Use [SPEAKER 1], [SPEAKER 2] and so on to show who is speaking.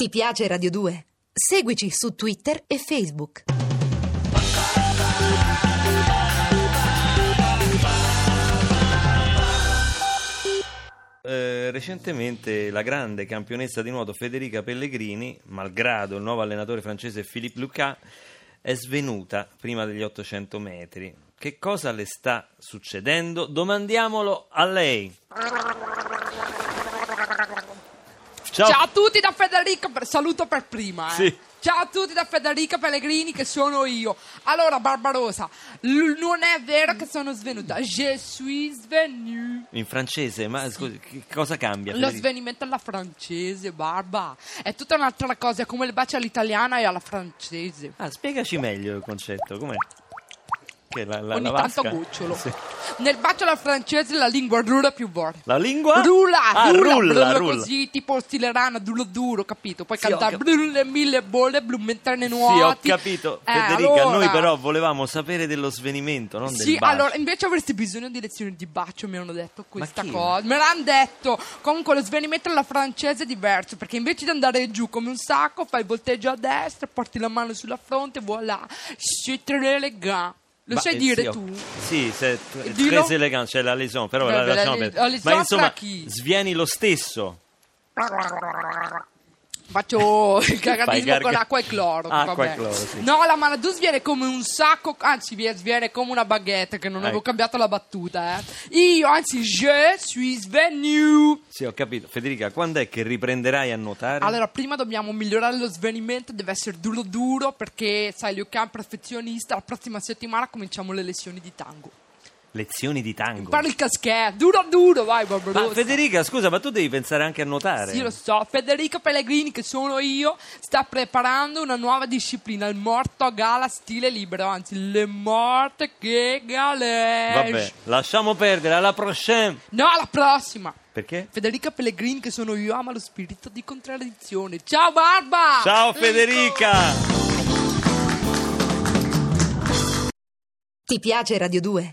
[SPEAKER 1] Ti piace Radio 2? Seguici su Twitter e Facebook.
[SPEAKER 2] Eh, recentemente la grande campionessa di nuoto Federica Pellegrini, malgrado il nuovo allenatore francese Philippe Lucas, è svenuta prima degli 800 metri. Che cosa le sta succedendo? Domandiamolo a lei.
[SPEAKER 3] Ciao. a tutti da Federica, per- saluto per prima. eh.
[SPEAKER 2] Sì.
[SPEAKER 3] Ciao a tutti da Federica Pellegrini che sono io. Allora Barbarosa, l- non è vero che sono svenuta. Je suis venue.
[SPEAKER 2] In francese, ma scusi, che cosa cambia?
[SPEAKER 3] Lo
[SPEAKER 2] Federica?
[SPEAKER 3] svenimento alla francese, Barba. È tutta un'altra cosa, è come il bacio all'italiana e alla francese.
[SPEAKER 2] Ah, spiegaci meglio il concetto, com'è? Che la, la,
[SPEAKER 3] Ogni
[SPEAKER 2] la
[SPEAKER 3] tanto
[SPEAKER 2] vasca?
[SPEAKER 3] gocciolo.
[SPEAKER 2] Sì.
[SPEAKER 3] Nel bacio alla francese la lingua rulla più forte.
[SPEAKER 2] La lingua?
[SPEAKER 3] Rulla,
[SPEAKER 2] Ah,
[SPEAKER 3] rulla,
[SPEAKER 2] rulla,
[SPEAKER 3] brulla
[SPEAKER 2] rulla.
[SPEAKER 3] così, tipo stile rana, duro duro, capito? Poi
[SPEAKER 2] Sì, ho
[SPEAKER 3] cantare
[SPEAKER 2] cap-
[SPEAKER 3] brulle mille bolle, blu mentre ne nuoti.
[SPEAKER 2] Sì, ho capito.
[SPEAKER 3] Eh,
[SPEAKER 2] Federica,
[SPEAKER 3] allora-
[SPEAKER 2] noi però volevamo sapere dello svenimento, non
[SPEAKER 3] Sì,
[SPEAKER 2] del bacio.
[SPEAKER 3] allora invece avresti bisogno di lezioni di bacio, mi hanno detto questa
[SPEAKER 2] chi?
[SPEAKER 3] cosa. Me l'hanno detto. Comunque lo svenimento alla francese è diverso, perché invece di andare giù come un sacco, fai il volteggio a destra, porti la mano sulla fronte, voilà. C'est très élégant. Lo
[SPEAKER 2] Ba-
[SPEAKER 3] sai
[SPEAKER 2] eh,
[SPEAKER 3] dire
[SPEAKER 2] sì, ho-
[SPEAKER 3] tu?
[SPEAKER 2] Sì, se,
[SPEAKER 3] Dillo.
[SPEAKER 2] tres elegant, c'è la lesion, però
[SPEAKER 3] Beh,
[SPEAKER 2] la,
[SPEAKER 3] beh, la-
[SPEAKER 2] lasciamo perdere.
[SPEAKER 3] la lesion
[SPEAKER 2] Ma insomma,
[SPEAKER 3] fra chi?
[SPEAKER 2] svieni lo stesso.
[SPEAKER 3] Faccio il
[SPEAKER 2] Fai
[SPEAKER 3] cagatismo
[SPEAKER 2] garga-
[SPEAKER 3] con l'acqua e cloro.
[SPEAKER 2] Acqua
[SPEAKER 3] vabbè.
[SPEAKER 2] e cloro, sì.
[SPEAKER 3] No, la Maladus viene come un sacco, anzi, vie- viene come una baguette che non avevo
[SPEAKER 2] Ecco.
[SPEAKER 3] cambiato la battuta. Eh. Io, anzi, je suis venu.
[SPEAKER 2] Sì, ho capito. Federica, quando è che riprenderai a nuotare?
[SPEAKER 3] Allora, prima dobbiamo migliorare lo svenimento, deve essere duro duro perché, sai, Luca è un perfezionista, la prossima settimana cominciamo le lezioni di tango.
[SPEAKER 2] Lezioni di tango.
[SPEAKER 3] Parli il caschè, duro duro, vai
[SPEAKER 2] Ma
[SPEAKER 3] Barbarossa.
[SPEAKER 2] Federica, scusa, ma tu devi pensare anche a nuotare.
[SPEAKER 3] Sì, lo so, Federico Pellegrini, che sono io, sta preparando una nuova disciplina, il morto a gala stile libero, anzi, le morte che galè.
[SPEAKER 2] Vabbè, lasciamo perdere, alla prochaine.
[SPEAKER 3] No, alla prossima.
[SPEAKER 2] Perché?
[SPEAKER 3] Federica Pellegrini, che sono io, ama lo spirito di contraddizione. Ciao Barba!
[SPEAKER 2] Ciao Federica!
[SPEAKER 1] Ti piace Radio 2?